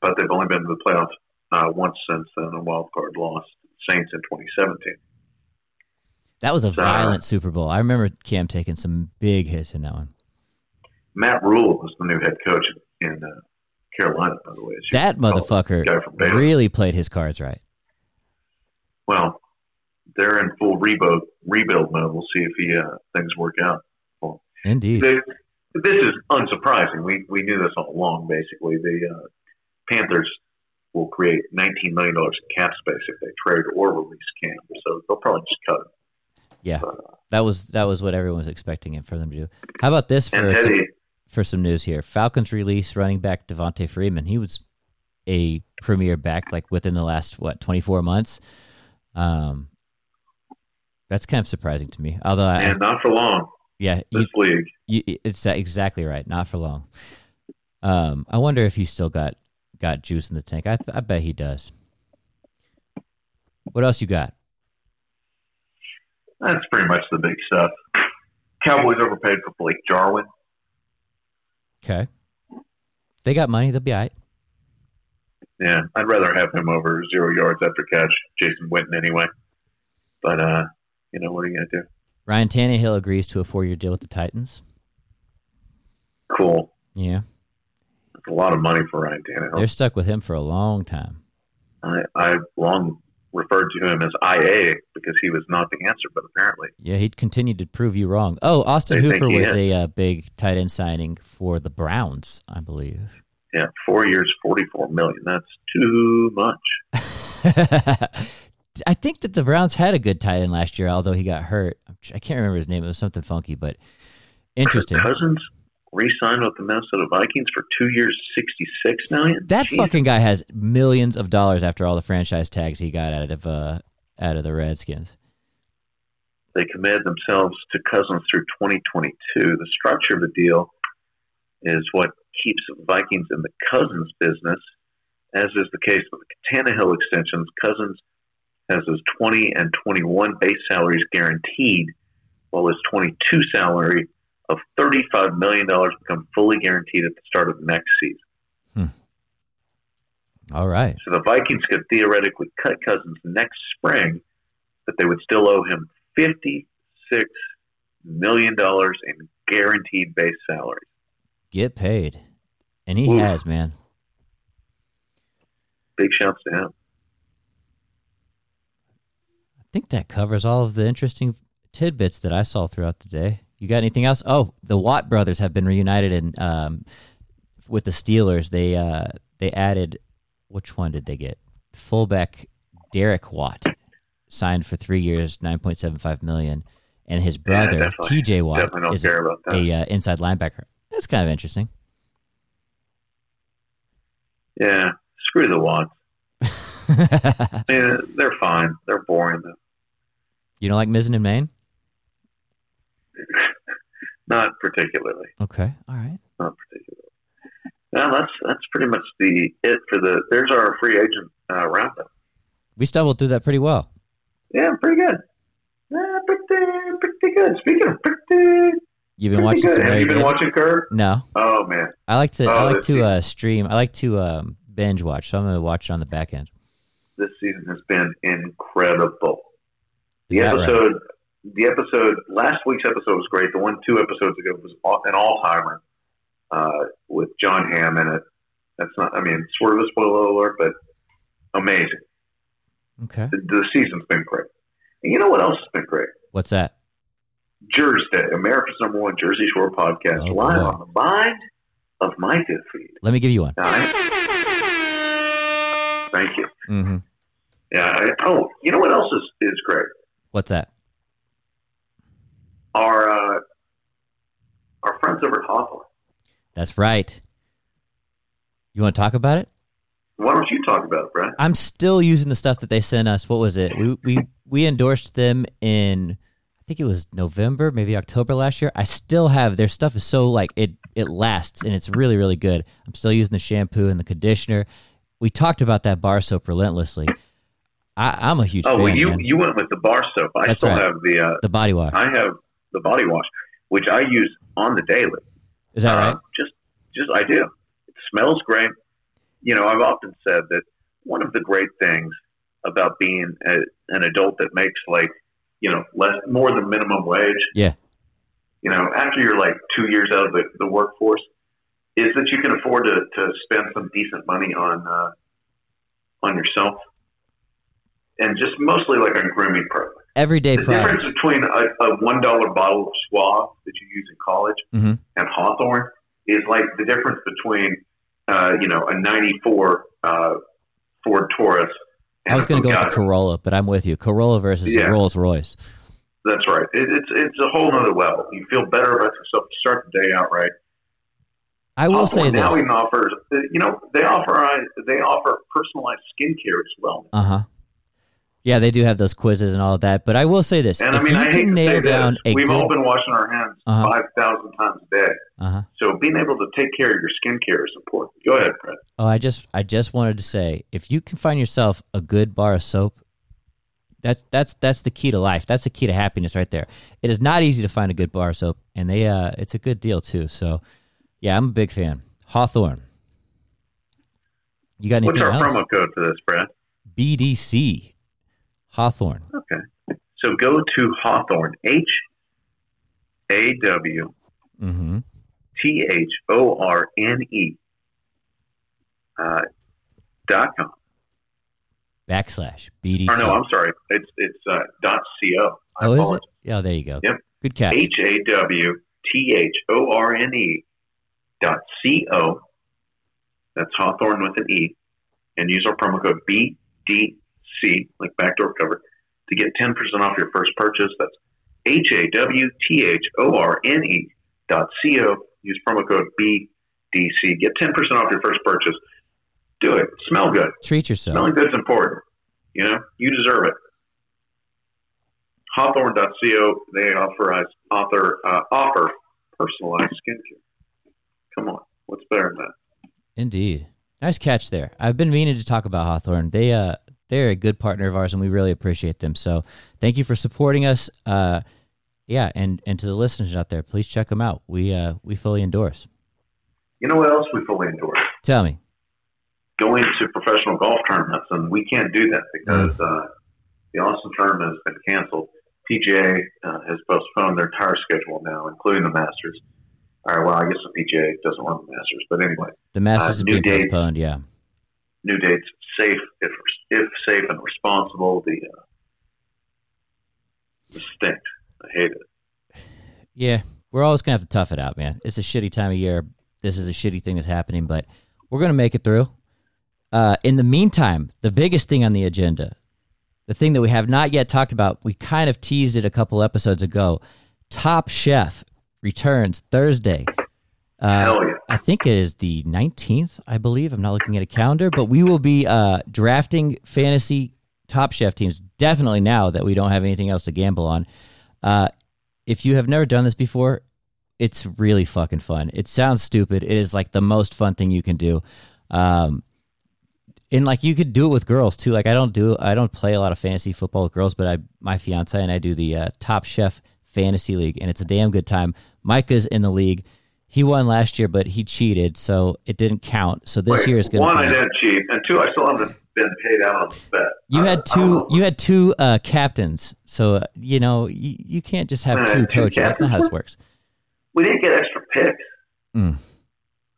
But they've only been to the playoffs uh, once since then, a wild card loss to the Saints in 2017.
That was a
So-
violent Super Bowl. I remember Cam taking some big hits in that one.
Matt Rule was the new head coach in uh, Carolina, by the way. It's-
That motherfucker
guy from Baylor.
really played his cards right.
Well, they're in full rebuild rebuild mode. We'll see if he uh, things work out.
Indeed.
The, this is unsurprising. We we knew this all along. Basically, the uh, Panthers will create 19 million dollars in cap space if they trade or release Cam. So they'll probably just cut him.
Yeah. That was that was what everyone was expecting it for them to do. How about this for
And
some,
Teddy,
for some news here? Falcons release running back Devontae Freeman. He was a premier back like within the last what 24 months. Um That's kind of surprising to me. Although I,
and not for long.
yeah, you-
This league,
You, it's that- exactly right. Not for long. Um, I wonder if he still got got juice in the tank. I I bet he does. What else you got?
that's pretty much the big stuff. Cowboys overpaid for Blake Jarwin.
Okay. They got money. They'll be all right.
Yeah, I'd rather have him over zero yards after catch. Jason Witten anyway. But uh, you know what are you gonna do?
Ryan Tannehill agrees to a four year deal with the Titans.
Cool.
Yeah,
That's a lot of money for Ryan Tannehill.
they're stuck with him for a long time.
I, I long referred to him as IA because he was not the answer, but apparently,
Yeah, he'd continue to prove you wrong. Oh, Austin
They think
Hooper
he
was
is.
a uh, big tight end signing for the Browns, I believe. *laughs*
yeah, four years, forty-four million. That's too much.
I think that the Browns had a good tight end last year, although he got hurt. I'm tr- I can't remember his name. It was something funky, but interesting.
Kirk Cousins re-signed with the Minnesota Vikings for two years, sixty-six million.
That
Jeez.
fucking guy has millions of dollars after all the franchise tags he got out of uh, out of the Redskins.
They committed themselves to Cousins through twenty twenty-two. The structure of the deal is what keeps Vikings in the Cousins business, as is the case with the Tannehill extensions. Cousins has his 20 and 21 base salaries guaranteed, while his 22 salary of $35 million become fully guaranteed at the start of next season.
All right.
So the Vikings could theoretically cut Cousins next spring, but they would still owe him $56 million in guaranteed base salary.
Get paid. And he
Ooh.
has, man.
Big shouts to him.
I think that covers all of the interesting tidbits that I saw throughout the day. You got anything else? Oh, the Watt brothers have been reunited and um, with the Steelers. They uh, they added which one did they get? Fullback Derek Watt signed for three years, nine point seven five million, and his brother
definitely.
T.J. Watt
Definitely don't
is
care about that.
a uh, inside linebacker. That's kind of interesting. *laughs*
yeah, screw the Watts.
*laughs*
Yeah, they're fine. They're boring.
you don't like Mizzen and Maine?
Not particularly.
Okay, all right.
Not particularly. Now that's that's pretty much the it for the. There's our free agent uh, roundup.
We stumbled through that pretty well.
Yeah, pretty good. Yeah, pretty pretty good. Speaking of pretty,
You've
pretty
been watching
good.
some.
Have
Very
you been
good-
watching Curb?
No.
Oh man,
I like to I
Oh,
like
that's
to
easy.
uh, stream. I like to um, binge watch, so I'm gonna watch it on the back end.
this season has been incredible. The
Is that right?
episode, the episode, last week's episode was great. The one two episodes ago was all, an all timer uh, with John Hamm in it. That's not, I mean, sort of a spoiler alert, but amazing.
Okay,
The, the season's been great. And you know what else has been great?
what's that?
Jersey Day, America's number one Jersey Shore podcast, live
Oh, boy.
on the mind of my good feed.
Let me give you one.
All right. Thank you.
hmm
Yeah. I, oh, you know what else is, is great?
What's that?
Our uh, our friends over at Hawthorne.
That's right. You want to talk about it?
Why don't you talk about it, Brad?
I'm still using the stuff that they sent us. What was it? We we we endorsed them in I think it was November, maybe October last year. I still have their stuff is so like it it lasts and it's really really good. I'm still using the shampoo and the conditioner. We talked about that bar soap relentlessly. I, I'm a huge
Oh
fan.
well, you
man.
you went with the bar soap. I
That's
still
right.
have the uh,
the body wash.
I have the body wash, which I use on the daily.
Is that
Uh,
right?
Just just I do. It smells great. You know, I've often said that one of the great things about being a, an adult that makes like you know less more than minimum wage.
Yeah.
You know, after you're like two years out of the, the workforce, is that you can afford to, to spend some decent money on uh, on yourself, and just mostly like on grooming products.
Everyday
The difference
products.
between a, a one dollar bottle of Suave that you use in college
Mhm.
and Hawthorne is like the difference between uh, you know a ninety four uh, Ford Taurus.
I was going to go with the Corolla, but I'm with you. Corolla versus
Yeah.
the Rolls Royce.
That's right. It, it's it's a whole nother level. You feel better about yourself. You start the day out right.
I will say
Hawthorne Oh, now
this.
even offers uh, you know they offer uh, they offer personalized skincare as well.
Uh huh. Yeah, they do have those quizzes and all of that, but I will say this:
And
if
I mean,
you
I hate
can
to say
nail down
this,
a
we've
good,
all been washing our hands
Uh-huh.
five thousand times a day.
uh huh.
So being able to take care of your skincare is important. Go ahead, Brett.
Oh, I just, I just wanted to say, if you can find yourself a good bar of soap, that's that's that's the key to life. That's the key to happiness, right there. It is not easy to find a good bar of soap, and they, uh, it's a good deal too. So, yeah, I'm a big fan. Hawthorne. You got anything
What's our
else?
promo code for this, Brad?
BDC Hawthorne.
So go to Hawthorne, H A W
Mm-hmm.
T H O R N E uh, dot com.
Backslash BDC.
Or no, I'm sorry. It's it's uh, dot C O.
oh, is it? Yeah, there you go.
Yep.
Good catch.
H A W T H O R N E dot C O. That's Hawthorne with an E. And use our promo code BDC, like backdoor cover, to get 10% off your first purchase. That's H A W T H O R N E dot C O. Use promo code BDC. Get 10% off your first purchase. Do it. Smell good.
Treat yourself.
Smelling good's important. You know, you deserve it. Hawthorne.co, they offer us author uh, offer personalized skincare. Come on, what's It's better than that.
Indeed. Nice catch there. I've been meaning to talk about Hawthorne. They uh they're a good partner of ours and we really appreciate them. So thank you for supporting us. Uh yeah, and and to the listeners out there, please check them out. We uh we fully endorse.
You know what else we fully endorse?
Tell me.
Going to professional golf tournaments, and we can't do that because uh, the Austin tournament has been canceled. PGA uh, has postponed their entire schedule now, including the Masters. All right, well, I guess the PGA doesn't run the Masters, but anyway,
The Masters is
Uh, new
being
date.
postponed, yeah.
new dates safe if if safe and responsible. The uh, distinct. I hate it.
Yeah, we're always gonna have to tough it out, man. It's a shitty time of year. This is a shitty thing that's happening, but we're gonna make it through. Uh, in the meantime, the biggest thing on the agenda, the thing that we have not yet talked about, we kind of teased it a couple episodes ago. Top Chef returns Thursday. Uh,
Hell yeah!
I think it is the 19th, I believe. I'm not looking at a calendar, but we will be uh, drafting fantasy top chef teams definitely now that we don't have anything else to gamble on. Uh, if you have never done this before, it's really fucking fun. It sounds stupid. It is like the most fun thing you can do. Um, and like you could do it with girls too. Like I don't do I don't play a lot of fantasy football with girls, but I my fiance and I do the uh, Top Chef Fantasy League, and it's a damn good time. Micah's in the league. He won last year, but he cheated, so it didn't count. So this
Wait,
year is going
one. I
to.
didn't cheat, and two, I still haven't been paid out on the bet.
You
I-
had
I don't
two.
know.
You had two uh, captains, so uh, you know you, you can't just have
Uh,
two
two
coaches. That's not how this
captains?
works.
we didn't get extra picks.
Mm.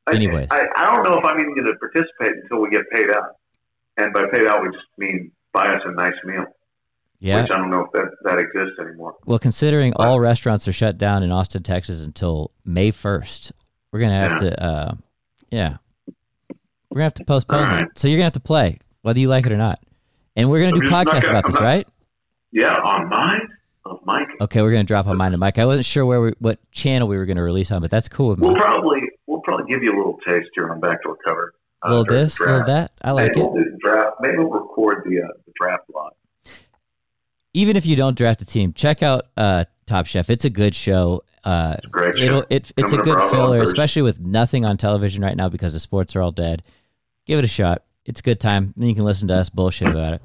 I-
Anyways.
I, I don't know if I'm even going to participate until we get paid out. And by paid out, we just mean buy us a nice meal,
Yeah.
which I don't know if that, that exists anymore.
Well, considering all restaurants are shut down in Austin, Texas until May 1st, we're going to have to, uh, yeah, we're going to have to postpone
All right.
it. So you're going to have to play, whether you like it or not. And we're going to
I'm
do
just not
podcasts
gonna-
about
I'm
this,
not-
right?
Yeah, on mine, on Mike.
Okay, we're going to drop on mine and Mike. I wasn't sure where we, what channel we were going to release on, but that's cool with me.
We'll probably we'll probably give you a little taste here on backdoor cover. uh,
A little
during the
this, a little
draft.
that. I like
Maybe
it.
we'll do the draft. Maybe we'll record the, uh, the draft live.
Even if you don't draft a team, check out uh, Top Chef. It's a good show. Uh,
It's a great.
It'll
show.
it, it's
Coming
a
to
good
Bravo on
filler,
Thursday.
especially with nothing on television right now because the sports are all dead. Give it a shot. It's a good time. Then you can listen to us bullshit about it.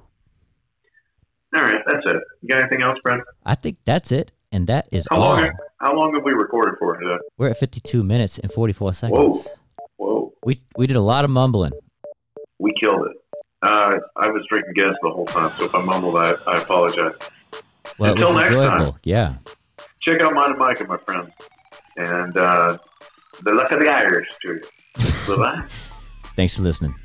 All right, that's it. You got anything else, Brent?
I think that's it, and that is
How
all.
long? How long have we recorded for Uh, today?
We're at fifty-two minutes and forty-four seconds.
Whoa, whoa.
We we did a lot of mumbling.
We killed it. Uh, I was drinking gas the whole time, so if I mumbled, I, I apologize.
Well, it
Until
was
next time.
enjoyable. Yeah.
Check out Mine and Micah, my friends.
*laughs*
And uh, the luck of the Irish to you. Bye-bye.
Thanks for listening.